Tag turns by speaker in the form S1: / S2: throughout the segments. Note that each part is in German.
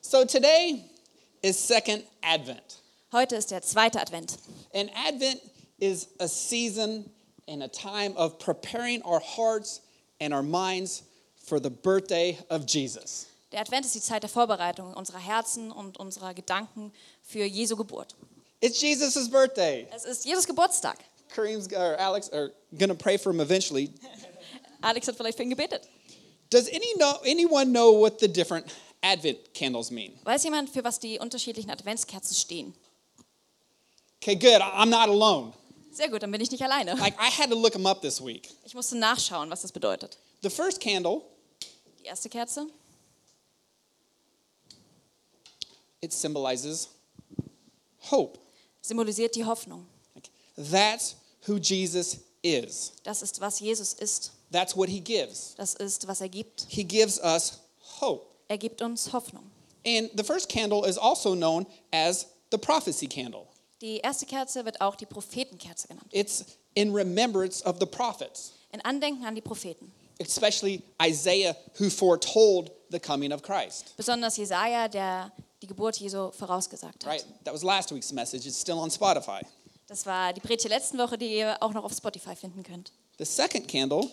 S1: So today is Second Advent.
S2: Heute ist der zweite Advent.
S1: And Advent is a season and a time of preparing our hearts and our minds for the birthday of Jesus.
S2: Der Advent ist die Zeit der Vorbereitung unserer Herzen und unserer Gedanken für Jesu Geburt.
S1: It's Jesus' birthday.
S2: Es ist Jesus Geburtstag.
S1: Kareem's or Alex are gonna pray for him eventually.
S2: Alex hat vielleicht für ihn gebetet.
S1: Does any know, anyone know what the different Advent candles mean?
S2: Weiß jemand, für was die unterschiedlichen Adventskerzen stehen?
S1: Okay, good. I- I'm not alone.
S2: Sehr gut, dann bin ich nicht alleine.
S1: Like I had to look them up this week.
S2: Ich musste nachschauen, was das bedeutet.
S1: The first candle,
S2: Die erste Kerze,
S1: it symbolizes hope.
S2: symbolisiert die Hoffnung.
S1: Like, that's who Jesus is.
S2: Das ist, was Jesus ist.
S1: That's what he gives.
S2: Das ist, was er gibt.
S1: He gives us hope.
S2: Er gibt uns Hoffnung.
S1: And the first candle is also known as the prophecy candle.
S2: Die erste Kerze wird auch die Prophetenkerze genannt.
S1: It's in remembrance of the prophets,
S2: In Andenken an die Propheten.
S1: especially Isaiah, who foretold the coming of Christ.
S2: Besonders Jesaja, der die Geburt Jesu vorausgesagt hat.
S1: Right? That was last week's message. It's still on Spotify.
S2: Das war die Predigt der letzten Woche, die ihr auch noch auf Spotify finden könnt.
S1: The second candle,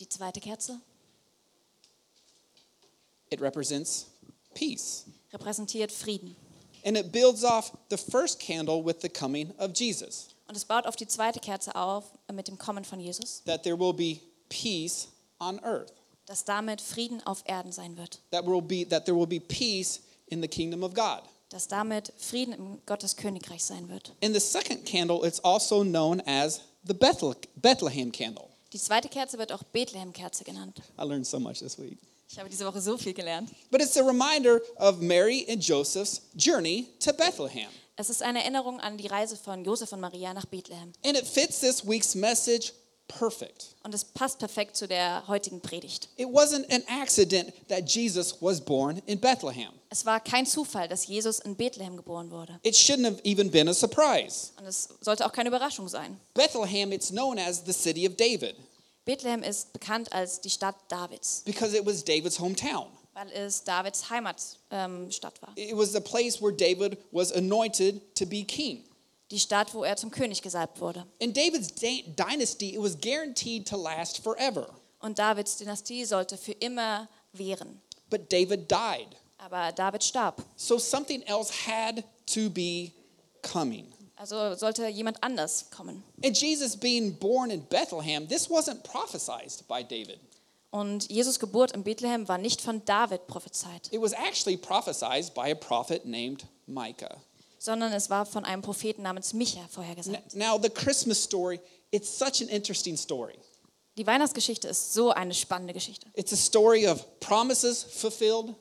S2: Die zweite Kerze
S1: it represents peace.
S2: repräsentiert Frieden.
S1: And it builds off the first candle with the coming of Jesus,
S2: Und es baut auf die zweite Kerze auf mit dem Kommen von Jesus,
S1: that there will be peace on earth,
S2: dass damit Frieden auf Erden sein wird,
S1: that, will be, that there will be peace in the kingdom of God.
S2: dass damit Frieden im Gottes Königreich sein wird.
S1: In the second candle, it's also known as the Bethle- Bethlehem candle.
S2: Die zweite Kerze wird auch Bethlehem-Kerze genannt.
S1: I learned so much this week.
S2: Ich habe diese Woche so viel gelernt.
S1: But it's a reminder of Mary and Joseph's journey to Bethlehem.
S2: Es ist eine Erinnerung an die Reise von Josef und Maria nach Bethlehem.
S1: And it fits this week's message perfect.
S2: Und es passt perfekt zu der heutigen Predigt.
S1: It wasn't an accident that Jesus was born in Bethlehem.
S2: Es war kein Zufall, dass Jesus in Bethlehem geboren wurde.
S1: It shouldn't have even been a surprise.
S2: Und es sollte auch keine Überraschung sein.
S1: Bethlehem, it's known as the city of David
S2: Bethlehem ist bekannt als die Stadt Davids,
S1: because it was David's hometown.
S2: weil es Davids Heimatstadt ähm, Stadt war.
S1: It was the place where David was anointed to be king.
S2: Die Stadt, wo er zum König gesalbt wurde.
S1: In David's da- dynasty, it was guaranteed to last forever.
S2: Und Davids Dynastie sollte für immer währen.
S1: But David died.
S2: Aber David starb.
S1: So something else had to be coming.
S2: Also sollte jemand anders kommen.
S1: And Jesus being born in Bethlehem, this wasn't prophesized by David.
S2: Und Jesus Geburt in Bethlehem war nicht von David prophezeit,
S1: It was actually prophesized by a prophet named Micah.
S2: sondern es war von einem Propheten namens Micha vorhergesagt.
S1: N- Now, the Christmas story, it's such an interesting story.
S2: Die Weihnachtsgeschichte ist so eine spannende Geschichte.
S1: It's a story of promises fulfilled,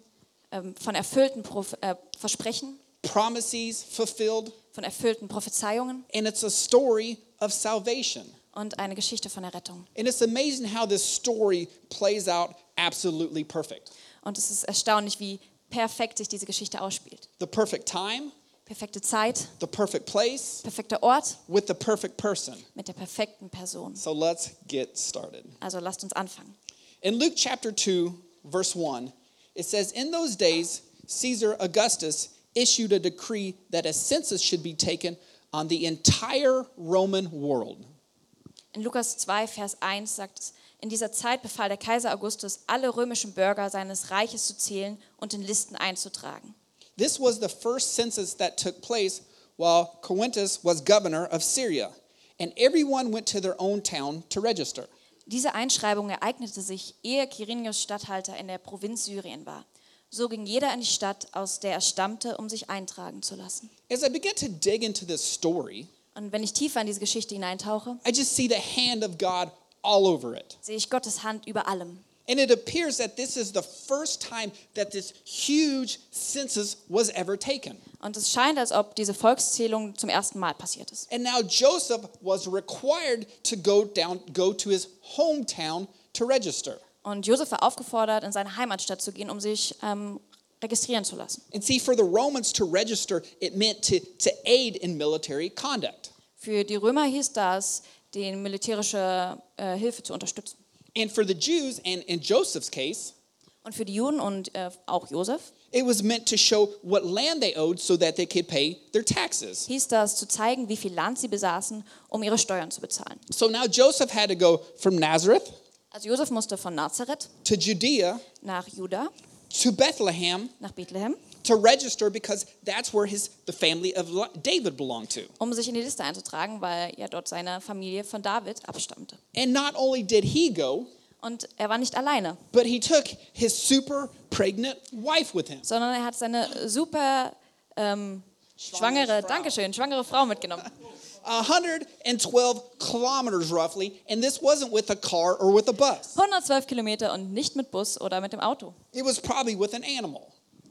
S2: Ähm, Von erfüllten Prof äh, Versprechen,
S1: promises fulfilled,
S2: von erfüllten Prophezeiungen
S1: and it's a story of salvation.
S2: und eine Geschichte von Errettung.
S1: And it's amazing how this story plays out absolutely perfect.
S2: Und es ist erstaunlich, wie perfekt sich diese Geschichte ausspielt.
S1: The perfect time,
S2: Perfekte Zeit,
S1: the perfect place,
S2: perfekter Ort
S1: with the perfect person.
S2: mit der perfekten Person.
S1: So let's get started.
S2: Also lasst uns anfangen.
S1: In Luke chapter 2, verse 1, it says, In those days, Caesar Augustus issued a decree that a census should be taken on the entire Roman world.
S2: In Lukas 2, Vers 1 sagt es, in dieser Zeit befahl der Kaiser Augustus, alle römischen Bürger seines Reiches zu zählen und in Listen einzutragen.
S1: This was the first census that took place while Quintus was governor of Syria, and everyone went to their own town to register.
S2: Diese Einschreibung ereignete sich, ehe Quirinius Statthalter in der Provinz Syrien war. So ging jeder in die Stadt, aus der er stammte, um sich eintragen zu lassen.
S1: As I begin to dig into this story,
S2: Und wenn ich tiefer in diese Geschichte hineintauche,
S1: I just see the hand of God all over it.
S2: sehe ich Gottes Hand über allem.
S1: And it appears that this is the first time that this huge census was ever taken.
S2: Und es scheint, als ob diese Volkszählung zum ersten Mal passiert ist.
S1: And now Joseph was required to go down go to his hometown to register.
S2: Und Josef war aufgefordert, in seine Heimatstadt zu gehen, um sich ähm, registrieren zu lassen.
S1: And see for the Romans to register it meant to to aid in military conduct.
S2: Für die Römer hieß das, die militärische äh, Hilfe zu unterstützen.
S1: And for the Jews and in Joseph's case,
S2: Und für die Juden und äh, auch Josef
S1: It was meant to show what land they owed so that they could pay their taxes.
S2: hieß das, zu zeigen, wie viel Land sie besaßen, um ihre Steuern zu bezahlen.
S1: So now Joseph had to go from Nazareth
S2: Also Josef musste von Nazareth
S1: to Judea
S2: nach Juda,
S1: to Bethlehem
S2: nach Bethlehem,
S1: to register because that's where his the family of Li- David belonged to.
S2: um sich in die Liste einzutragen, weil ja dort seine Familie von David abstammte.
S1: And not only did he go,
S2: Und er war nicht alleine,
S1: but he took his super pregnant wife with him.
S2: sondern er hat seine super ähm,
S1: Schwangere
S2: schwangere,
S1: Frau.
S2: Dankeschön, schwangere Frau mitgenommen.
S1: 112 kilometers roughly, and this wasn't with a car or with a bus.
S2: 112 Kilometer und nicht mit Bus oder mit dem Auto,
S1: It was probably with an animal.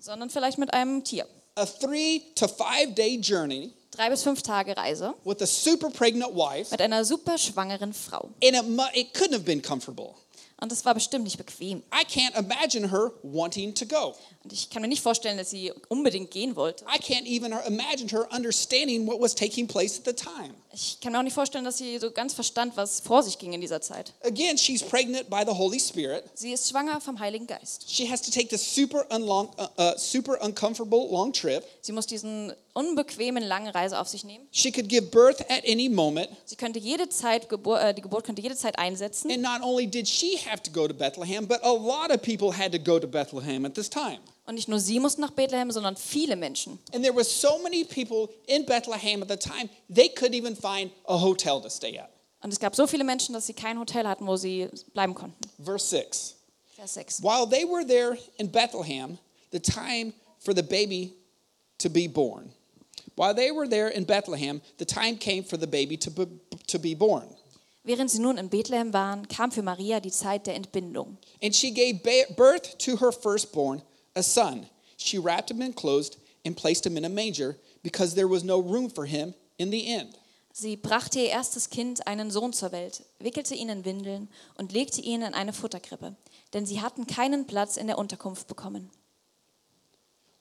S2: sondern vielleicht mit einem Tier.
S1: A three to five day journey
S2: Drei bis fünf Tage Reise
S1: with a super pregnant wife,
S2: mit einer super schwangeren Frau.
S1: and it, mu- it couldn't have been comfortable.
S2: Und das war bestimmt nicht bequem.
S1: I can't imagine her wanting to go.
S2: Und ich kann mir nicht vorstellen, dass sie unbedingt gehen wollte.
S1: I can't even imagine her understanding what was taking place at the time.
S2: Ich kann mir auch nicht vorstellen, dass sie so ganz verstand, was vor sich ging in dieser Zeit.
S1: Again, she's pregnant by the Holy Spirit.
S2: Sie ist schwanger vom Heiligen Geist.
S1: She has to take this super, unlong, uh, uh, super uncomfortable long trip.
S2: Sie muss diesen unbequemen langen Reise auf sich nehmen.
S1: She could give birth at any moment.
S2: Sie könnte jede Zeit Gebur äh, die Geburt könnte jede Zeit einsetzen.
S1: And not only did she have to go to Bethlehem, but a lot of people had to go to Bethlehem at this time.
S2: Und nicht nur sie mussten nach Bethlehem, sondern viele Menschen.
S1: And there were so many people in Bethlehem at the time, they couldn't even find a hotel to stay at.
S2: Und es gab so viele Menschen, dass sie kein Hotel hatten, wo sie bleiben konnten.
S1: Verse 6.
S2: Vers 6.
S1: While they were there in Bethlehem, the time for the baby to be born. While they were there in Bethlehem, the time came for the baby to be, to be born.
S2: Während sie nun in Bethlehem waren, kam für Maria die Zeit der Entbindung.
S1: And she gave ba- birth to her firstborn, a son. She wrapped him in clothes and placed him in a manger because there was no room for him in the inn.
S2: Sie brachte ihr erstes Kind, einen Sohn, zur Welt, wickelte ihn in Windeln und legte ihn in eine Futterkrippe, denn sie hatten keinen Platz in der Unterkunft bekommen.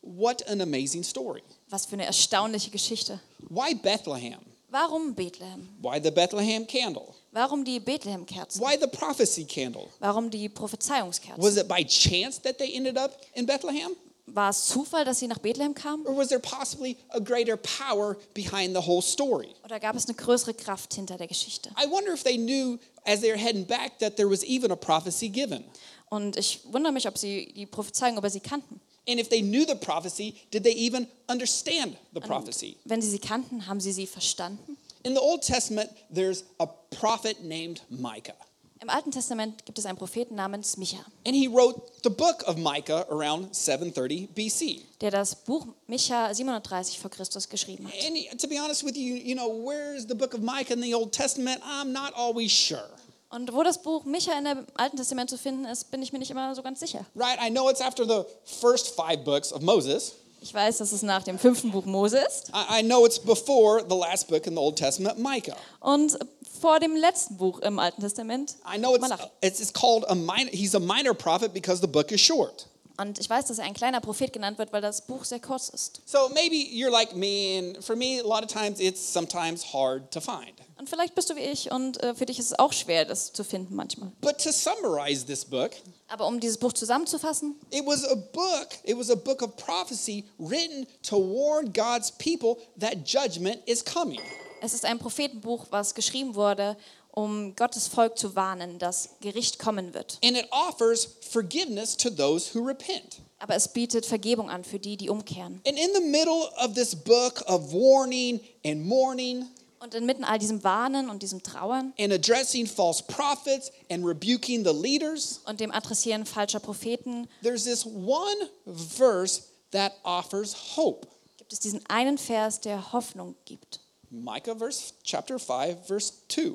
S1: What an amazing story.
S2: Was für eine erstaunliche Geschichte.
S1: Why Bethlehem?
S2: Warum Bethlehem?
S1: Why the Bethlehem candle?
S2: Warum die Bethlehem-Kerzen?
S1: Why the prophecy candle?
S2: Warum die Prophezeiungskerzen?
S1: Was it by chance that they ended up in Bethlehem?
S2: War es Zufall, dass sie nach Bethlehem kam?
S1: Or was there possibly a greater power behind the whole story?
S2: Oder gab es eine größere Kraft hinter der Geschichte?
S1: I wonder if they knew as they were heading back that there was even a prophecy given.
S2: Und ich wundere mich, ob sie die Prophezeiung über sie kannten.
S1: And if they knew the prophecy, did they even understand the prophecy?
S2: Wenn sie sie kannten, haben sie sie verstanden.
S1: In the Old Testament, there's a prophet named Micah.
S2: Im Alten Testament gibt es einen Propheten namens Micha,
S1: And he wrote the book of Micah around 730 BC.
S2: der das Buch Micha 730 vor Christus geschrieben hat.
S1: And to be honest with you, you know, where's the book of Micah in the Old Testament? I'm not always sure.
S2: Und wo das Buch Micha in dem Alten Testament zu finden ist, bin ich mir nicht immer so ganz sicher.
S1: Right? I know it's after the first five books of Moses.
S2: Ich weiß, dass es nach dem fünften Buch Mose ist
S1: I, I know it's before the last book in the Old Testament, Micah.
S2: und vor dem letzten Buch im Alten Testament,
S1: I know it's,
S2: Malachi.
S1: it's, it's called a minor, he's a minor prophet because the book is short.
S2: Und ich weiß, dass er ein kleiner Prophet genannt wird, weil das Buch sehr kurz ist.
S1: So maybe you're like me, and for me, a lot of times it's sometimes hard to find.
S2: Und vielleicht bist du wie ich und äh, für dich ist es auch schwer, das zu finden manchmal.
S1: But to summarize this book,
S2: Aber um dieses Buch zusammenzufassen,
S1: it was a book, it was a book of prophecy written to warn God's people that judgment is coming.
S2: es ist ein Prophetenbuch, was geschrieben wurde, um Gottes Volk zu warnen, dass Gericht kommen wird.
S1: And it offers forgiveness to those who repent.
S2: Aber es bietet Vergebung an für die, die umkehren.
S1: And in the middle of this book of warning and mourning
S2: Und inmitten all diesem Warnen und diesem Trauern
S1: and addressing false prophets and rebuking the leaders,
S2: und dem Adressieren falscher Propheten
S1: there's this one verse that offers hope.
S2: gibt es diesen einen Vers, der Hoffnung gibt.
S1: Micah verse chapter 5 verse 2.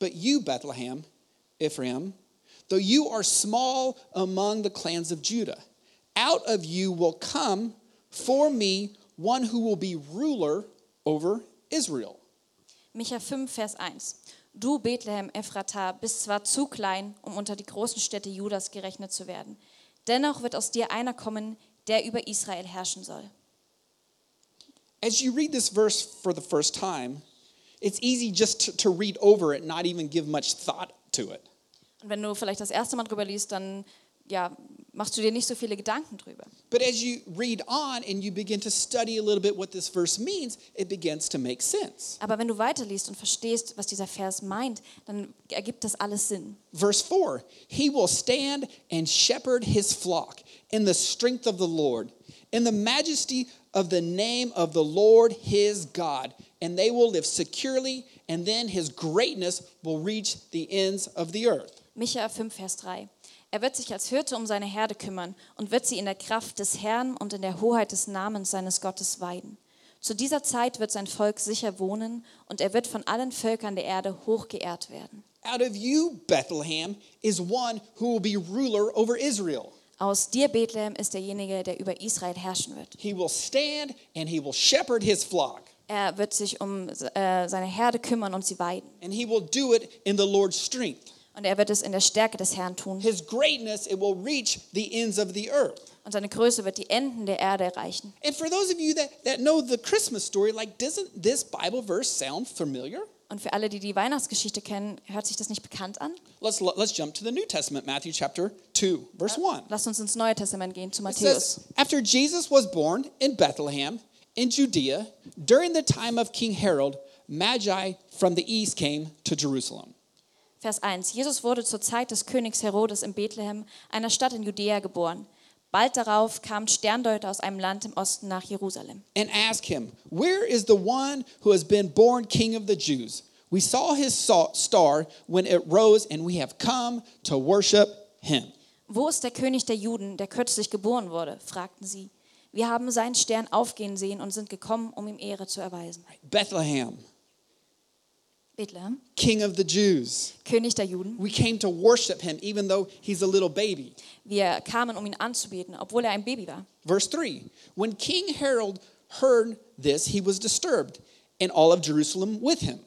S1: But you Bethlehem Ephraim, though you are small among the clans of Judah, out of you will come for me one who will be ruler over Israel.
S2: Micha 5, Vers 1. Du, Bethlehem Ephrata, bist zwar zu klein, um unter die großen Städte Judas gerechnet zu werden. Dennoch wird aus dir einer kommen, der über Israel herrschen soll.
S1: As you read this verse for the first time, it's easy just to, to read over it, not even give much thought to it.
S2: Und wenn du vielleicht das erste Mal drüber liest, dann ja, machst du dir nicht so viele Gedanken drüber.
S1: But as you read on and you begin to study a little bit what this verse means, it begins to make sense.
S2: Aber wenn du weiterliest und verstehst, was dieser Vers meint, dann ergibt das alles Sinn.
S1: Verse 4 He will stand and shepherd his flock in the strength of the Lord, in the majesty of the name of the Lord his God, and they will live securely, and then his greatness will reach the ends of the earth.
S2: Micha 5, Vers 3. Er wird sich als Hirte um seine Herde kümmern und wird sie in der Kraft des Herrn und in der Hoheit des Namens seines Gottes weiden. Zu dieser Zeit wird sein Volk sicher wohnen und er wird von allen Völkern der Erde hochgeehrt werden.
S1: Out of you, Bethlehem, is one who will be ruler over Israel.
S2: Aus dir, Bethlehem, ist derjenige, der über Israel herrschen wird.
S1: He will stand and he will shepherd his flock,
S2: Er wird sich um äh, seine Herde kümmern und sie weiden.
S1: and he will do it in the Lord's strength.
S2: Und er wird es in der Stärke des Herrn tun.
S1: His greatness, it will reach the ends of the earth.
S2: Und seine Größe wird die Enden der Erde erreichen.
S1: And for those of you that, that know the Christmas story, like, doesn't this Bible verse sound familiar?
S2: Und für alle, die die Weihnachtsgeschichte kennen, hört sich das nicht bekannt an?
S1: Let's, let's jump to the New Testament, Matthew chapter 2, verse 1.
S2: Lasst uns ins Neue Testament gehen, zu
S1: It
S2: Matthäus.
S1: says, After Jesus was born in Bethlehem in Judea, during the time of King Herod, Magi from the east came to Jerusalem.
S2: Vers 1. Jesus wurde zur Zeit des Königs Herodes in Bethlehem, einer Stadt in Judäa, geboren. Bald darauf kamen Sterndeuter aus einem Land im Osten nach Jerusalem.
S1: and ask him, Where is the one who has been born king of the Jews? We saw his sa- star when it rose, and we have come to worship him.
S2: Wo ist der König der Juden, der kürzlich geboren wurde? fragten sie. Wir haben seinen Stern aufgehen sehen und sind gekommen, um ihm Ehre zu erweisen.
S1: Bethlehem,
S2: Bethlehem,
S1: king of the Jews.
S2: König der Juden.
S1: We came to worship him, even though he's a little baby.
S2: Wir kamen, um ihn anzubeten, obwohl er ein Baby war.
S1: Verse 3 When King Herod heard this, he was disturbed, and all of Jerusalem with him.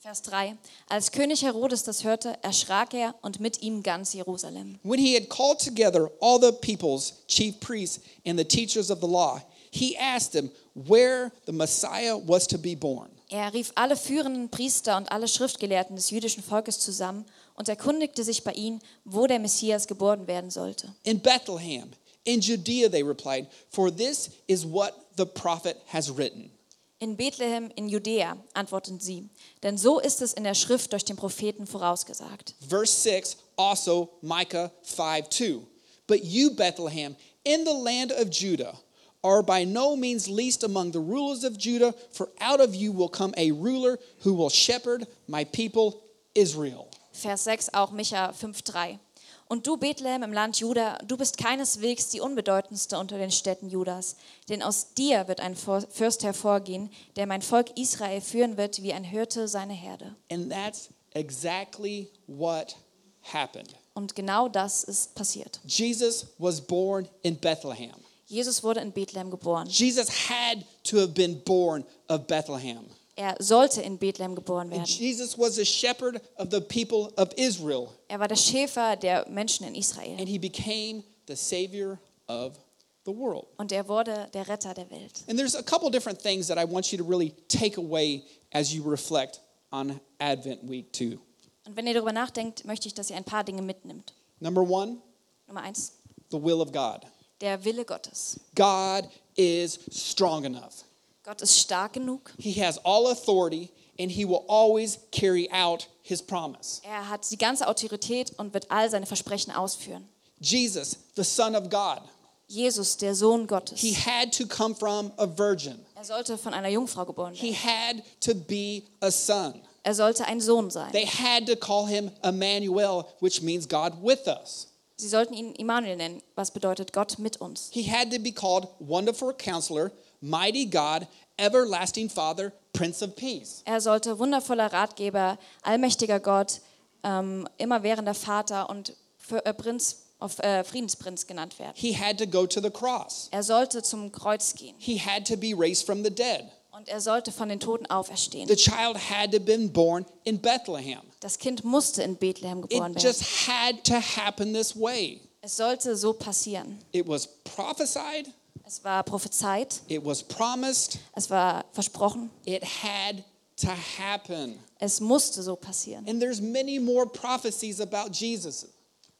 S2: Vers 3. Als König Herodes das hörte, erschrak er und mit ihm ganz Jerusalem.
S1: When he had called together all the people's chief priests and the teachers of the law, he asked them where the Messiah was to be born.
S2: Er rief alle führenden Priester und alle Schriftgelehrten des jüdischen Volkes zusammen und erkundigte sich bei ihnen, wo der Messias geboren werden sollte.
S1: In Bethlehem, in Judea, they replied, for this is what the prophet has written.
S2: In Bethlehem in Judäa, antworteten sie, denn so ist es in der Schrift durch den Propheten vorausgesagt.
S1: Verse 6, also Micah 5 2. But you, Bethlehem, in the land of Judah, are by no means least among the rulers of Judah, for out of you will come a ruler who will shepherd my people Israel.
S2: Vers 6, auch Micha 5,3. Und du, Bethlehem im Land Juda, du bist keineswegs die unbedeutendste unter den Städten Judas, denn aus dir wird ein Vor- Fürst hervorgehen, der mein Volk Israel führen wird, wie ein Hirte seine Herde.
S1: And that's exactly what happened.
S2: Und genau das ist passiert.
S1: Jesus was born in Bethlehem.
S2: Jesus wurde in Bethlehem geboren.
S1: Jesus had to have been born of Bethlehem.
S2: Er sollte in Bethlehem geboren
S1: And
S2: werden.
S1: Jesus was a shepherd of the people of Israel,
S2: Er war der Schäfer der Menschen in Israel
S1: and he became the savior of the world.
S2: und er wurde der Retter der Welt.
S1: And there's a couple different things that I want you to really take away as you reflect on Advent week two.
S2: Und wenn ihr darüber nachdenkt, möchte ich, dass ihr ein paar Dinge mitnimmt.
S1: Number one,
S2: Nummer eins,
S1: the will of God.
S2: der Wille Gottes.
S1: God is strong enough,
S2: Gott ist stark genug.
S1: He has all authority, and He will always carry out His promise.
S2: Er hat die ganze Autorität und wird all seine Versprechen ausführen.
S1: Jesus, the Son of God,
S2: Jesus, der Sohn
S1: He
S2: Gottes.
S1: had to come from a virgin.
S2: Er sollte von einer Jungfrau geboren
S1: He
S2: werden.
S1: had to be a son.
S2: Er sollte ein Sohn sein.
S1: They had to call him Emmanuel, which means God with us.
S2: Sie sollten ihn Immanuel nennen, was bedeutet Gott mit uns.
S1: He had to be called Wonderful Counselor, Mighty God, Everlasting Father, Prince of Peace.
S2: Er sollte wundervoller Ratgeber, allmächtiger Gott, ähm, immerwährender Vater und für, äh, Prinz, auf, äh, Friedensprinz genannt werden.
S1: He had to go to the cross.
S2: Er sollte zum Kreuz gehen
S1: He had to be raised from the dead.
S2: und er sollte von den Toten auferstehen.
S1: The child had to been born in Bethlehem.
S2: Das Kind musste in Bethlehem geboren
S1: It
S2: werden.
S1: just had to happen this way.
S2: Es sollte so passieren.
S1: It was prophesied,
S2: Es war prophezeit,
S1: it was promised,
S2: es war versprochen,
S1: it had to happen.
S2: es musste so passieren.
S1: And there's many more prophecies about Jesus.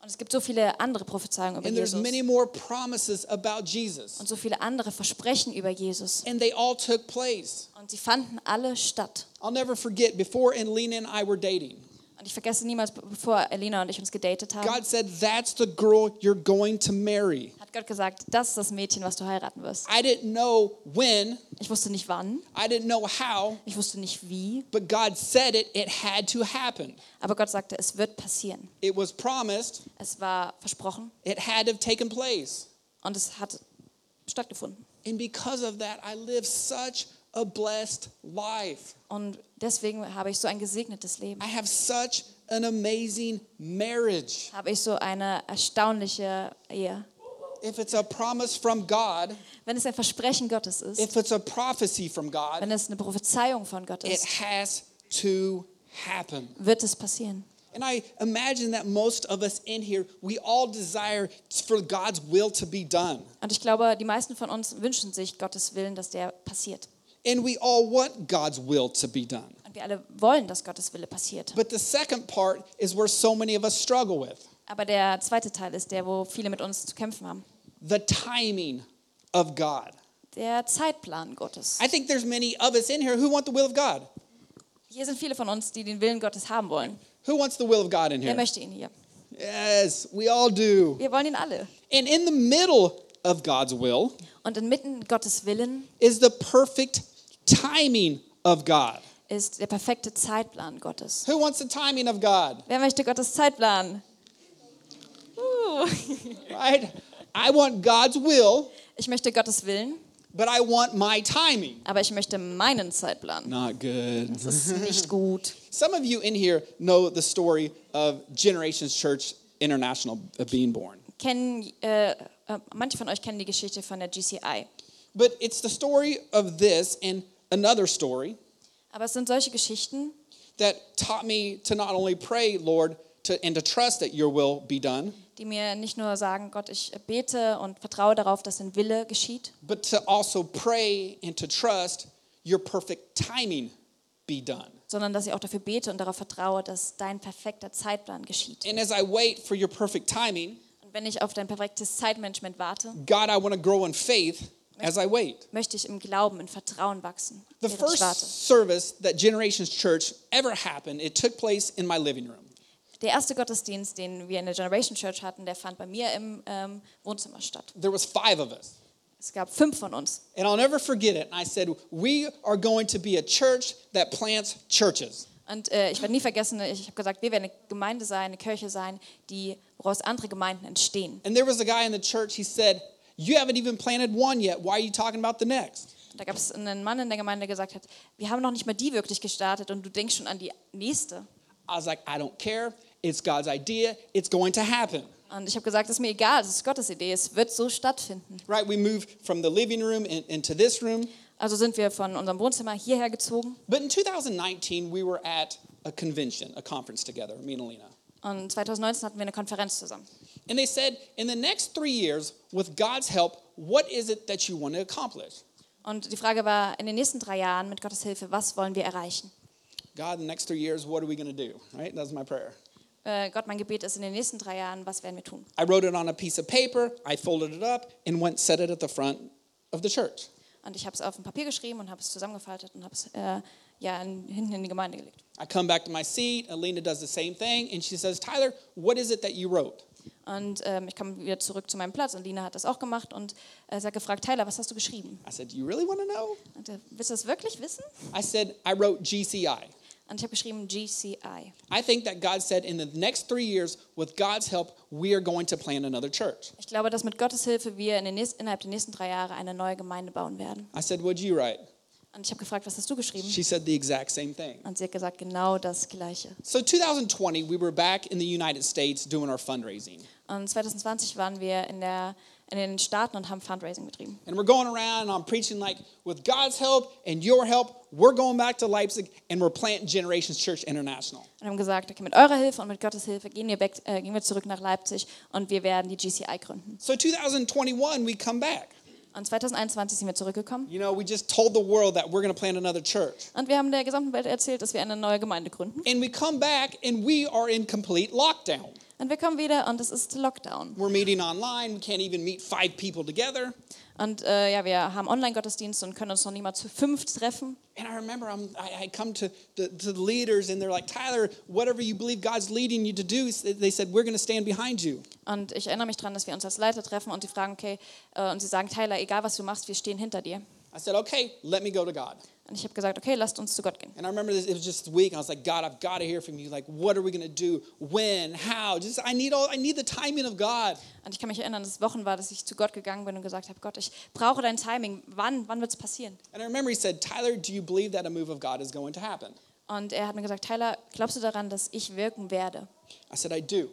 S2: Und es gibt so viele andere Prophezeiungen über
S1: And there's
S2: Jesus
S1: many more promises about Jesus.
S2: und so viele andere Versprechen über Jesus.
S1: And they all took place.
S2: Und sie fanden alle statt.
S1: I'll never forget before Lena and I were dating.
S2: Und ich vergesse niemals, be- bevor Elena und ich uns gedatet haben,
S1: God said, That's the girl you're going to marry.
S2: hat Gott gesagt, das ist das Mädchen, was du heiraten wirst.
S1: I didn't know when,
S2: Ich wusste nicht wann,
S1: I didn't know how,
S2: ich wusste nicht wie,
S1: but God said it, it had to happen.
S2: aber Gott sagte, es wird passieren.
S1: It was promised,
S2: Es war versprochen
S1: it had to have taken place.
S2: und es hat stattgefunden.
S1: And because of that, I live such a blessed life.
S2: Und deswegen habe ich so ein gesegnetes Leben.
S1: I have such an amazing marriage.
S2: Habe ich so eine erstaunliche Ehe.
S1: If it's a promise from God,
S2: Wenn es ein Versprechen Gottes ist,
S1: if it's a prophecy from God,
S2: wenn es eine Prophezeiung von Gott
S1: it
S2: ist,
S1: has to happen.
S2: wird es passieren.
S1: And I imagine that most of us in here, we all desire for God's will to be done.
S2: Und ich glaube, die meisten von uns wünschen sich Gottes Willen, dass der passiert.
S1: And we all want God's will to be done.
S2: Und wir alle wollen, dass Gottes Wille passiert.
S1: But the second part is where so many of us struggle with
S2: Aber der zweite Teil ist der, wo viele mit uns zu kämpfen haben.
S1: the timing of God.
S2: Der Zeitplan Gottes.
S1: I think there's many of us in here who want the will of God.
S2: Hier sind viele von uns, die den Willen Gottes haben wollen.
S1: Who wants the will of God in
S2: Wer
S1: here?
S2: möchte ihn hier?
S1: Yes, we all do.
S2: Wir wollen ihn alle.
S1: And in the middle of God's will
S2: Und inmitten Gottes Willen
S1: is the perfect timing of God.
S2: ist der perfekte Zeitplan Gottes.
S1: Who wants the timing of God?
S2: Wer möchte Gottes Zeitplan? Uh.
S1: Right? I want God's will,
S2: Ich möchte Gottes Willen,
S1: but I want my timing.
S2: aber ich möchte meinen Zeitplan.
S1: Not good.
S2: Das ist nicht gut.
S1: Some of you in here know the story of Generations Church International uh, being born.
S2: Kennen, äh, äh, manche von euch kennen die Geschichte von der GCI.
S1: But it's the story of this and another story
S2: Aber es sind solche Geschichten,
S1: that taught me to not only pray, Lord, to, and to trust that your will be done,
S2: die mir nicht nur sagen, Gott, ich bete und vertraue darauf, dass dein Wille geschieht,
S1: but to also pray and to trust your perfect timing be done.
S2: sondern dass ich auch dafür bete und darauf vertraue, dass dein perfekter Zeitplan geschieht.
S1: And as I wait for your perfect timing,
S2: Und wenn ich auf dein perfektes Zeitmanagement warte,
S1: God, I want to grow in faith as I wait.
S2: möchte ich im Glauben, im Vertrauen wachsen,
S1: The
S2: während ich warte.
S1: first service that Generations Church ever happened, it took place in my living room.
S2: Der erste Gottesdienst, den wir in der Generation Church hatten, der fand bei mir im ähm, Wohnzimmer statt.
S1: There was five of us.
S2: Es gab fünf von uns.
S1: And I'll never forget it. And I said, we are going to be a church that plants churches.
S2: Und äh, ich werde nie vergessen, ich habe gesagt, wir werden eine Gemeinde sein, eine Kirche sein, die, woraus andere Gemeinden entstehen.
S1: And there was a guy in the church, he said, you haven't even planted one yet. Why are you talking about the next?
S2: Und da gab es einen Mann in der Gemeinde, der gesagt hat, wir haben noch nicht mal die wirklich gestartet und du denkst schon an die nächste.
S1: I was like, I don't care. It's God's idea. It's going to happen.
S2: Und ich habe gesagt, es ist mir egal, das ist Gottes Idee, es wird so stattfinden.
S1: Right? We moved from the living room in, into this room.
S2: Also sind wir von unserem Wohnzimmer hierher gezogen.
S1: But in 2019, we were at a convention, a conference together, me and Alina.
S2: Und 2019 hatten wir eine Konferenz zusammen.
S1: And they said, in the next three years, with God's help, what is it that you want to accomplish?
S2: Und die Frage war, in den nächsten drei Jahren mit Gottes Hilfe, was wollen wir erreichen?
S1: God, in the next three years, what are we going to do? Right? That's my prayer.
S2: Äh, Gott, mein Gebet ist in den nächsten drei Jahren, was werden wir tun?
S1: I wrote it on a piece of paper, I folded it up, and went set it at the front of the church.
S2: Und ich habe es auf ein Papier geschrieben und habe es zusammengefaltet und habe es äh, ja, in, hinten in die Gemeinde gelegt.
S1: I come back to my seat, Alina does the same thing, and she says, Tyler, what is it that you wrote?
S2: Und ähm, ich kam wieder zurück zu meinem Platz und Lina hat das auch gemacht und äh, sie hat gefragt, Tyler, was hast du geschrieben?
S1: I said, You really want to know?
S2: Und, äh, willst du das wirklich wissen?
S1: I said, I wrote GCI.
S2: Und ich habe geschrieben GCI.
S1: I think that God said, in the next three years, with God's help, we are going to plant another church.
S2: Ich glaube, dass mit Gottes Hilfe wir in den nächsten, innerhalb der nächsten drei Jahre eine neue Gemeinde bauen werden.
S1: I said, What'd you write?
S2: Und ich habe gefragt, was hast du geschrieben?
S1: She said the exact same thing.
S2: Und sie hat gesagt, genau das Gleiche.
S1: So 2020, we were back in the United States doing our fundraising.
S2: Und 2020 waren wir in, der, in den Staaten und haben Fundraising betrieben.
S1: And we're going around and I'm preaching like, with God's help and your help, we're going back to Leipzig and we're planting Generations Church International.
S2: Und haben gesagt, okay, mit eurer Hilfe und mit Gottes Hilfe gehen wir, back, äh, gehen wir zurück nach Leipzig und wir werden die GCI gründen.
S1: So 2021, we come back.
S2: Und 2021 sind wir zurückgekommen
S1: You know, we just told the world that we're going to plant another church.
S2: und wir haben der gesamten Welt erzählt, dass wir eine neue Gemeinde gründen.
S1: And we come back and we are in complete lockdown.
S2: Und wir kommen wieder und es ist Lockdown.
S1: We're meeting online. We can't even meet five people together.
S2: Und äh, ja, wir haben Online-Gottesdienst und können uns noch nicht mal zu fünf treffen.
S1: And I remember I'm, I, I come to the, to the leaders and they're like, Tyler, whatever you believe God's leading you to do, they said, we're going to stand behind you.
S2: Und ich erinnere mich daran, dass wir uns als Leiter treffen und die fragen, okay, äh, und sie sagen, Tyler, egal was du machst, wir stehen hinter dir.
S1: I said, okay, let me go to God.
S2: Und ich habe gesagt, okay, lasst uns zu Gott gehen.
S1: And I remember this, it was just this week. And I was like, God, I've got to hear from you. Like, what are we going to do? When? How? Just I need all. I need the timing of God.
S2: Und ich kann mich erinnern, dass es Wochen war, dass ich zu Gott gegangen bin und gesagt habe, Gott, ich brauche dein Timing. Wann, wann wird es passieren?
S1: And I remember he said, Tyler, do you believe that a move of God is going to happen?
S2: Und er hat mir gesagt, Tyler, glaubst du daran, dass ich wirken werde?
S1: I said, I do.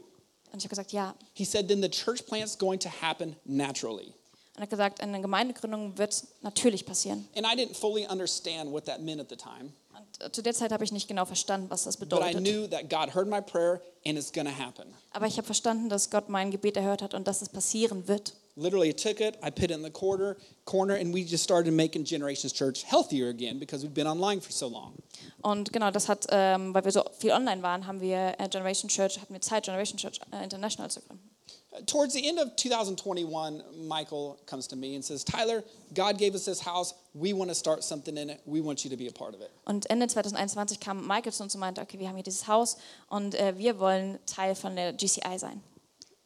S2: Und ich habe gesagt, ja. Und
S1: He said, then the church plant's going to happen naturally.
S2: er hat gesagt, eine Gemeindegründung wird natürlich passieren.
S1: And I didn't fully understand what that meant at the time,
S2: Und äh, zu der Zeit habe ich nicht genau verstanden, was das
S1: but I
S2: bedeutet.
S1: knew that God heard my prayer and it's going to happen.
S2: Aber ich habe verstanden, dass Gott mein Gebet erhört hat und dass es passieren wird.
S1: Literally took it, I put it in the quarter corner, and we just started making Generations Church healthier again because we've been online for so long.
S2: Und genau, das hat, ähm, weil wir so viel online waren, haben wir äh, Generation Church, hatten wir Zeit, Generation Church äh, International zu gründen.
S1: Towards the end of 2021, Michael comes to me and says, Tyler, God gave us this house. We want to start something in it. We want you to be a part of it.
S2: Und Ende 2021 kam Michael zu uns und meinte, okay, wir haben hier dieses Haus und äh, wir wollen Teil von der GCI sein.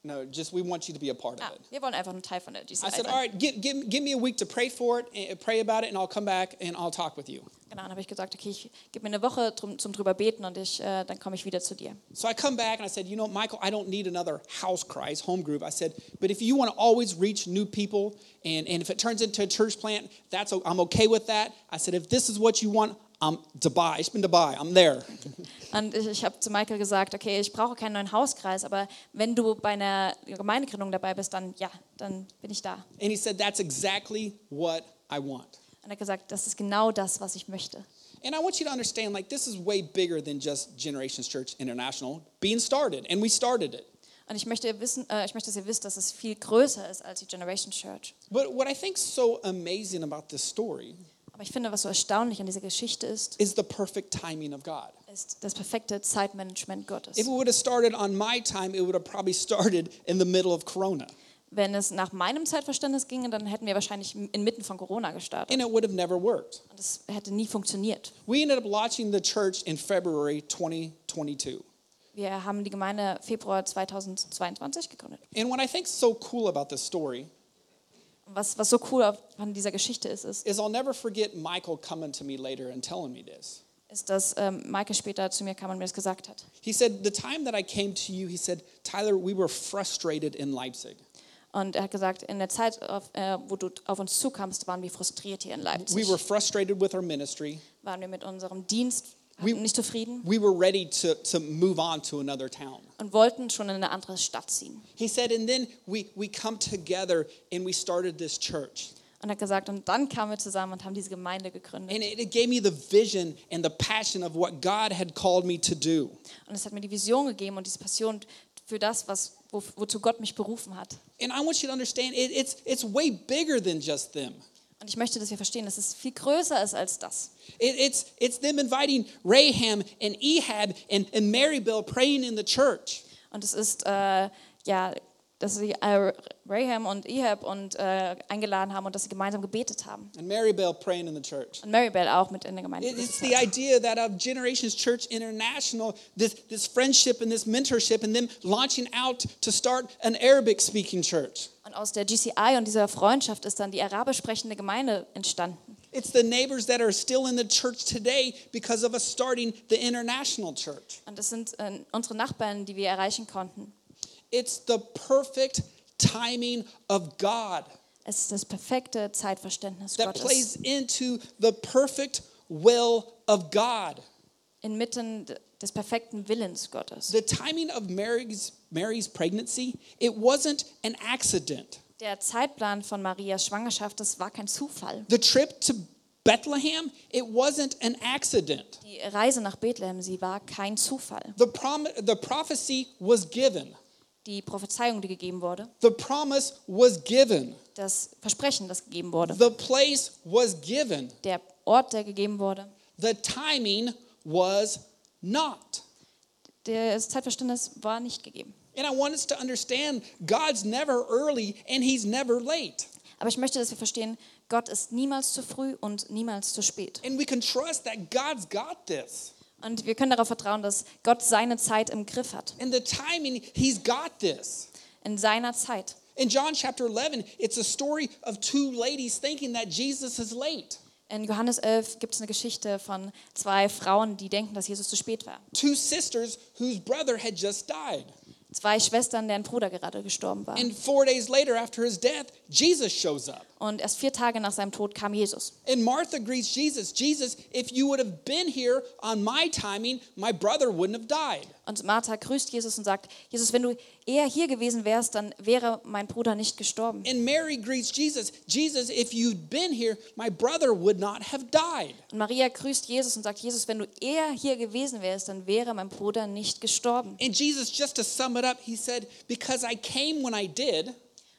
S1: No, just we want you to be a part
S2: Ah,
S1: of it.
S2: wir wollen einfach nur Teil von der GCI
S1: I
S2: sein.
S1: said, All right, give, give, give me a week to pray for it, and pray about it, and I'll come back and I'll talk with you.
S2: Genau, dann habe ich gesagt, okay, ich gebe mir eine Woche drum, zum drüber beten und ich, äh, dann komme ich wieder zu dir.
S1: So I come back and I said, You know, Michael, I don't need another house cries, home group. I said, But if you want to always reach new people, and, and if it turns into a church plant, that's o- I'm okay with that. I said, If this is what you want, I'm Dubai. Ich bin Dubai. I'm there.
S2: Und ich, ich habe zu Michael gesagt, okay, ich brauche keinen neuen Hauskreis, aber wenn du bei einer Gemeindegründung dabei bist, dann ja, dann bin ich da.
S1: And he said, That's exactly what I want.
S2: Und er hat gesagt, das ist genau das, was ich möchte.
S1: And I want you to understand, like, this is way bigger than just Generations Church International being started. And we started it.
S2: Und ich möchte, ihr wissen, äh, ich möchte, dass ihr wisst, dass es viel größer ist als die Generation Church.
S1: But what I think's so amazing about this story
S2: Aber ich finde, was so erstaunlich an dieser Geschichte ist,
S1: is the perfect timing of God.
S2: ist das perfekte Zeitmanagement Gottes.
S1: If it would have started on my time, it would have probably started in the middle of Corona.
S2: Wenn es nach meinem Zeitverständnis ginge, dann hätten wir wahrscheinlich inmitten von Corona gestartet.
S1: And it would have never worked.
S2: Und das hätte nie funktioniert.
S1: We ended up launching the church in February 2022.
S2: Wir haben die Gemeinde Februar 2022 gegründet.
S1: And what I think's so cool about this story
S2: Was, was so cool an dieser Geschichte ist, ist,
S1: is I'll never forget Michael coming to me later and telling me this.
S2: ist dass ähm, Maike später zu mir kam und mir das gesagt hat.
S1: He said, The time that I came to you, he said, Tyler, we were frustrated in Leipzig.
S2: Und er hat gesagt, in der Zeit, auf, äh, wo du auf uns zukamst, waren wir frustriert hier in
S1: We
S2: Leipzig.
S1: were frustrated with our ministry.
S2: waren wir mit unserem Dienst
S1: We-
S2: nicht zufrieden
S1: We were ready to, to move on to another town.
S2: und wollten schon in eine andere Stadt ziehen.
S1: He said, and then we, we come together and we started this church.
S2: Und er hat gesagt, und dann kamen wir zusammen und haben diese Gemeinde gegründet.
S1: And it, it gave me the vision and the passion of what God had called me to do.
S2: Und es hat mir die Vision gegeben und diese Passion für das, was, wo, wozu Gott mich berufen hat.
S1: And I want you to understand it, it's, it's way bigger than just them.
S2: Und ich möchte, dass wir verstehen, dass es viel größer ist als das.
S1: It, it's, it's them inviting Raham and Ehab and, and Marybel praying in the church.
S2: Und es ist, äh, ja, dass sie äh, Raham und Ehab und, äh, eingeladen haben und dass sie gemeinsam gebetet haben.
S1: And Marybel praying in the church.
S2: Und Marybel auch mit in der Gemeinde.
S1: It- It's
S2: gebetet
S1: the
S2: hat.
S1: idea that of Generations Church International, this, this friendship and this mentorship, and them launching out to start an Arabic speaking church.
S2: Und aus der GCI und dieser Freundschaft ist dann die arabisch sprechende Gemeinde entstanden.
S1: It's the neighbors that are still in the church today because of us starting the international church.
S2: Und das sind äh, unsere Nachbarn, die wir erreichen konnten.
S1: It's the perfect timing of God
S2: Es ist das perfekte Zeitverständnis
S1: that
S2: Gottes.
S1: plays into the perfect will of God.
S2: Inmitten d- des perfekten Willens Gottes.
S1: The timing of Mary's, Mary's pregnancy, it wasn't an accident.
S2: Der Zeitplan von Marias Schwangerschaft, das war kein Zufall.
S1: The trip to Bethlehem, it wasn't an accident.
S2: Die Reise nach Bethlehem, sie war kein Zufall.
S1: The, prom- the prophecy was given.
S2: Die Prophezeiung, die gegeben wurde,
S1: The promise was given.
S2: das Versprechen, das gegeben wurde,
S1: The place was given.
S2: der Ort, der gegeben wurde,
S1: The timing was not.
S2: das Zeitverständnis war nicht gegeben.
S1: And I want us to understand God's never early and He's never late.
S2: Aber ich möchte, dass wir verstehen, Gott ist niemals zu früh und niemals zu spät.
S1: And we can trust that God's got this.
S2: Und wir können darauf vertrauen, dass Gott seine Zeit im Griff hat.
S1: And the timing, He's got this.
S2: In seiner Zeit.
S1: In John chapter 11, it's a story of two ladies thinking that Jesus is late.
S2: In Johannes 11 gibt es eine Geschichte von zwei Frauen, die denken, dass Jesus zu spät war.
S1: Two sisters whose brother had just died.
S2: Zwei Schwestern, deren Bruder gerade gestorben war.
S1: And four days later, after his death, Jesus shows up.
S2: Und erst vier Tage nach seinem Tod kam Jesus.
S1: And Martha greets Jesus Jesus, if you would have been here on my timing, my brother wouldn't have died.
S2: Und Martha grüßt Jesus und sagt, Jesus, wenn du eher hier gewesen wärst, dann wäre mein Bruder nicht gestorben.
S1: And Mary greets Jesus Jesus, if you'd been here, my brother would not have died.
S2: Und Maria grüßt Jesus und sagt, Jesus, wenn du eher hier gewesen wärst, dann wäre mein Bruder nicht gestorben.
S1: And Jesus, just to sum it up, he said, Because I came when I did,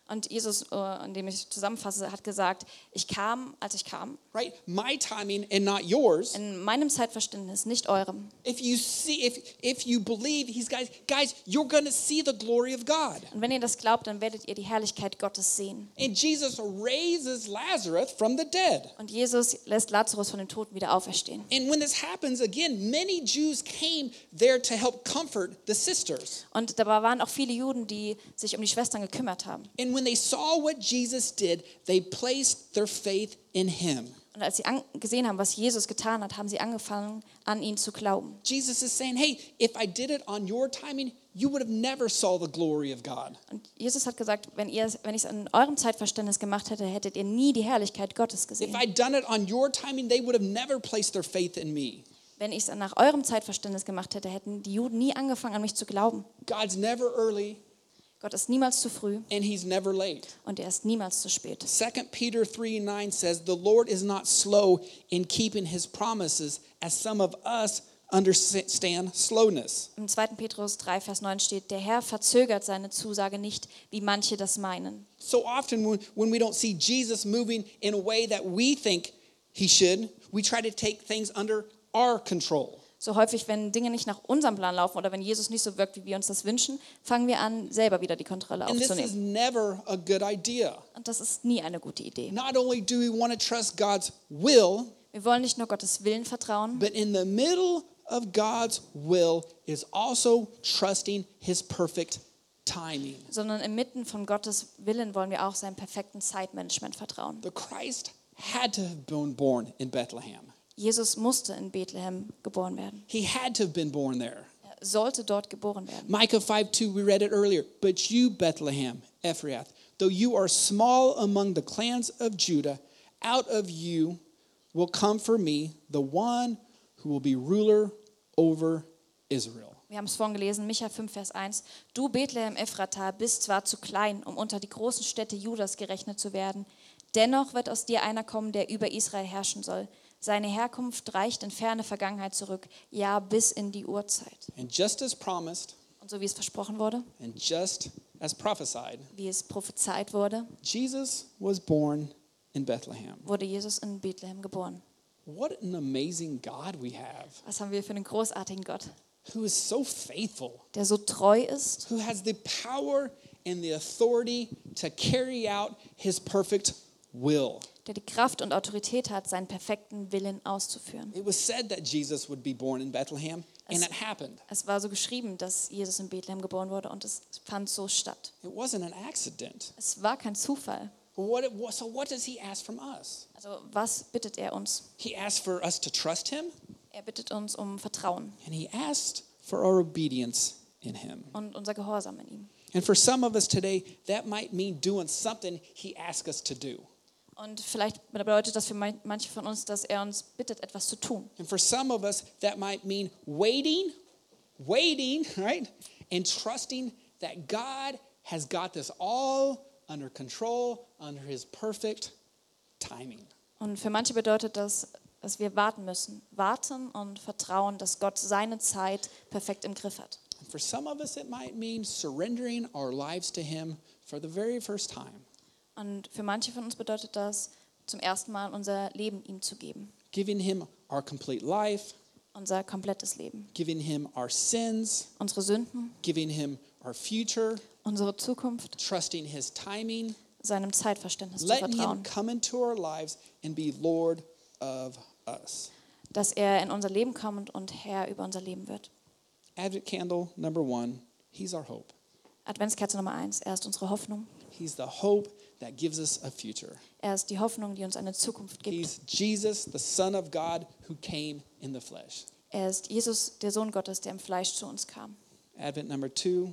S2: Und Jesus, äh, indem ich zusammenfasse, hat gesagt, ich kam, als ich kam,
S1: right? My timing and not yours.
S2: in meinem Zeitverständnis, nicht eurem.
S1: If you see, if if you believe, he's guys, guys, you're gonna see the glory of God.
S2: Und wenn ihr das glaubt, dann werdet ihr die Herrlichkeit Gottes sehen.
S1: And Jesus raises Lazarus from the dead.
S2: Und Jesus lässt Lazarus von den Toten wieder auferstehen.
S1: And when this happens again, many Jews came there to help comfort the sisters.
S2: Und dabei waren auch viele Juden, die sich um die Schwestern gekümmert haben.
S1: And when they saw what Jesus did, they placed their faith in him.
S2: Und als sie an gesehen haben, was Jesus getan hat, haben sie angefangen, an ihn zu glauben.
S1: Jesus is saying, "Hey, if I did it on your timing, you would have never saw the glory of God."
S2: Und Jesus hat gesagt, wenn, ihr, es- wenn ich es in eurem Zeitverständnis gemacht hätte, hättet ihr nie die Herrlichkeit Gottes
S1: If
S2: gesehen.
S1: I'd done it on your timing, they would have never placed their faith in me.
S2: Wenn ich es nach eurem Zeitverständnis gemacht hätte, hätten die Juden nie angefangen, an mich zu glauben.
S1: God's never early
S2: Gott ist niemals zu früh
S1: and he's never late.
S2: und er ist niemals zu spät.
S1: 2 Peter 3 9 says, The Lord is not slow in keeping his promises, as some of us understand slowness.
S2: Im 2. Petrus 3, Vers 9 steht, der Herr verzögert seine Zusage nicht, wie manche das meinen.
S1: So often, when, when we don't see Jesus moving in a way that we think he should, we try to take things under our control.
S2: So häufig, wenn Dinge nicht nach unserem Plan laufen oder wenn Jesus nicht so wirkt, wie wir uns das wünschen, fangen wir an, selber wieder die Kontrolle
S1: And this is
S2: aufzunehmen.
S1: never a good idea.
S2: Und das ist nie eine gute Idee.
S1: Not only do we want to trust God's will,
S2: Wir wollen nicht nur Gottes Willen vertrauen,
S1: but in the middle of God's will is also trusting his perfect timing.
S2: sondern inmitten von Gottes Willen wollen wir auch seinem perfekten Zeitmanagement vertrauen.
S1: The Christ had to have been born in Bethlehem.
S2: Jesus musste in Bethlehem geboren werden.
S1: He had to have been born there.
S2: Er sollte dort geboren werden.
S1: Micah 5 2, we read it earlier. But you, Bethlehem, Ephrath, though you are small among the clans of Judah, out of you will come for me the one who will be ruler over Israel.
S2: Wir haben es vorhin gelesen, Micha 5, Vers 1. Du, Bethlehem Ephrata, bist zwar zu klein, um unter die großen Städte Judas gerechnet zu werden, dennoch wird aus dir einer kommen, der über Israel herrschen soll. Seine Herkunft reicht in ferne Vergangenheit zurück, ja, bis in die Urzeit.
S1: And just as promised,
S2: Und so wie es versprochen wurde,
S1: and just as prophesied,
S2: wie es prophezeit wurde,
S1: Jesus was born in Bethlehem.
S2: wurde Jesus in Bethlehem geboren.
S1: What an amazing God we have,
S2: Was haben wir für einen großartigen Gott,
S1: who is so faithful.
S2: der so treu ist,
S1: who has the power and the authority to carry out his perfect will.
S2: der die Kraft und Autorität hat, seinen perfekten Willen auszuführen.
S1: It was said that Jesus would be born in Bethlehem, and
S2: Es-
S1: it happened.
S2: Es war so geschrieben, dass Jesus in Bethlehem geboren wurde und es fand so statt.
S1: It wasn't an accident.
S2: Es war kein Zufall.
S1: What it was, so, what does he ask from us?
S2: Also was bittet er uns?
S1: He asked for us to trust him,
S2: Er bittet uns um Vertrauen
S1: and he asked for our obedience in him.
S2: und unser Gehorsam in ihm.
S1: And for some of us today, that might mean doing something he asked us to do.
S2: Und vielleicht bedeutet das für man- manche von uns, dass er uns bittet, etwas zu tun.
S1: And for some of us, that might mean waiting, waiting, right? And trusting that God has got this all under control, under his perfect timing.
S2: Und für manche bedeutet das, dass wir warten müssen. Warten und vertrauen, dass Gott seine Zeit perfekt im Griff hat.
S1: And for some of us, it might mean surrendering our lives to him for the very first time,
S2: Und für manche von uns bedeutet das, zum ersten Mal unser Leben ihm zu geben.
S1: giving him our complete life,
S2: Unser komplettes Leben.
S1: giving him our sins,
S2: Unsere Sünden,
S1: giving him our future,
S2: unsere Zukunft,
S1: trusting His timing,
S2: seinem Zeitverständnis zu
S1: letting Him
S2: vertrauen,
S1: come into our lives and be Lord of us.
S2: dass er in unser Leben kommt und Herr über unser Leben wird.
S1: Advent candle number one, He's our hope.
S2: Adventskerze Nummer eins. Er ist unsere Hoffnung.
S1: He's the hope that gives us a future.
S2: Er ist die Hoffnung, die uns eine Zukunft gibt.
S1: He's Jesus, the Son of God, who came in the flesh.
S2: Er ist Jesus, der Sohn Gottes, der im Fleisch zu uns kam.
S1: Advent number two,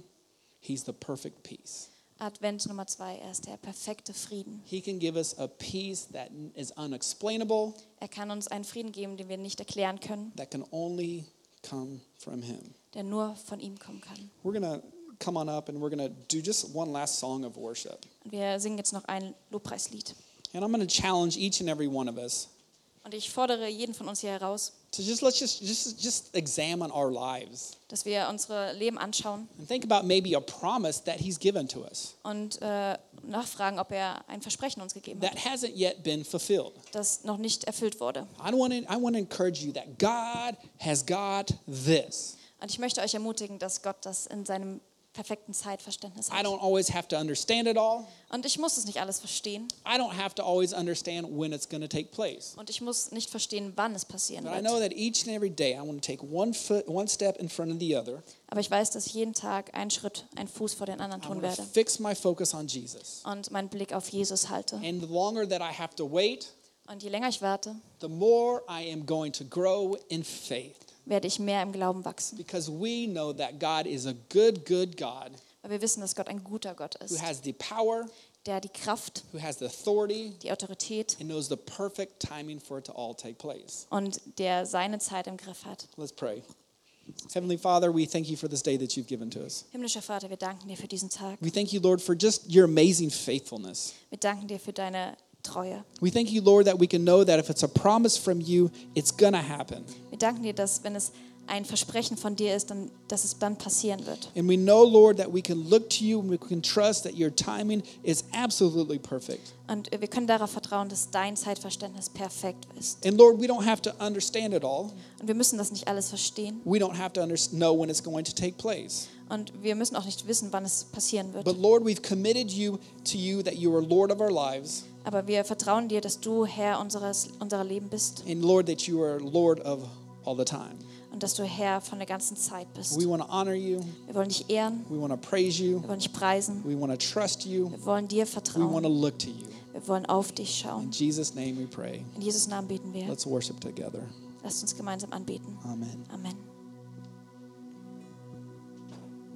S1: He's the perfect peace.
S2: Advent Nummer zwei. Er ist der perfekte Frieden.
S1: He can give us a peace that is unexplainable,
S2: Er kann uns einen Frieden geben, den wir nicht erklären können,
S1: that can only come from Him.
S2: der nur von ihm kommen kann.
S1: We're going to come on up and we're going to do just one last song of worship.
S2: Und wir singen jetzt noch ein Lobpreislied.
S1: And I'm going to challenge each and every one of us
S2: Und ich fordere jeden von uns hier heraus,
S1: to just let's just just just examine our lives
S2: dass wir unsere Leben anschauen
S1: and think about maybe a promise that he's given to us
S2: und äh, nachfragen, ob er ein Versprechen uns gegeben hat,
S1: that hasn't yet been fulfilled.
S2: das noch nicht erfüllt wurde.
S1: I want to I want to encourage you that God has got this.
S2: Und ich möchte euch ermutigen, dass Gott das in seinem perfekten Zeitverständnis
S1: I
S2: hat.
S1: don't always have to understand it all.
S2: Und ich muss es nicht alles verstehen
S1: I don't have to always understand when it's going to take place.
S2: und ich muss nicht verstehen, wann es passieren
S1: But I know
S2: wird.
S1: that each and every day I want to take one foot one step in front of the other.
S2: Aber ich weiß, dass ich jeden Tag einen Schritt, einen Fuß vor den anderen
S1: I
S2: tun
S1: want to
S2: werde
S1: fix my focus on Jesus.
S2: und meinen Blick auf Jesus halte.
S1: And the longer that I have to wait,
S2: Und je länger ich warte,
S1: the more I am going to grow in faith
S2: werde ich mehr im Glauben wachsen.
S1: because we know that God is a good, good God
S2: Weil wir wissen, dass Gott ein guter Gott
S1: who
S2: ist,
S1: has the power,
S2: der die Kraft,
S1: who has the authority,
S2: die Autorität
S1: and knows the perfect timing for it to all take place.
S2: und der seine Zeit im Griff hat.
S1: Let's pray. Heavenly Father, we thank you for this day that you've given to us.
S2: Himmlischer Vater, wir danken dir für diesen Tag.
S1: We thank you, Lord, for just your amazing faithfulness.
S2: Wir danken dir für deine Treue.
S1: We thank you, Lord, that we can know that if it's a promise from you, it's going to happen.
S2: Wir danken dir, dass wenn es ein Versprechen von dir ist, dann, dass es dann passieren wird.
S1: And we know, Lord, that we can look to you and we can trust that your timing is absolutely perfect.
S2: Und wir können darauf vertrauen, dass dein Zeitverständnis perfekt ist.
S1: And Lord, we don't have to understand it all.
S2: Und wir müssen das nicht alles verstehen.
S1: We don't have to under- know when it's going to take place.
S2: Und wir müssen auch nicht wissen, wann es passieren
S1: But
S2: wird.
S1: Lord, we've committed you to you that you are Lord of our lives,
S2: Aber wir vertrauen dir, dass du Herr unseres, unserer Leben bist
S1: and Lord, that you are Lord of all the time.
S2: und dass du Herr von der ganzen Zeit bist.
S1: We want to honor you.
S2: Wir wollen dich ehren,
S1: We want to praise
S2: wir
S1: you.
S2: wollen dich preisen,
S1: We want to trust you.
S2: wir wollen dir
S1: We want to
S2: vertrauen,
S1: look to you.
S2: wir wollen auf dich
S1: In
S2: schauen.
S1: Jesus' name we pray.
S2: In Jesus Namen beten wir.
S1: Let's worship together.
S2: Lasst uns gemeinsam anbeten.
S1: Amen.
S2: Amen.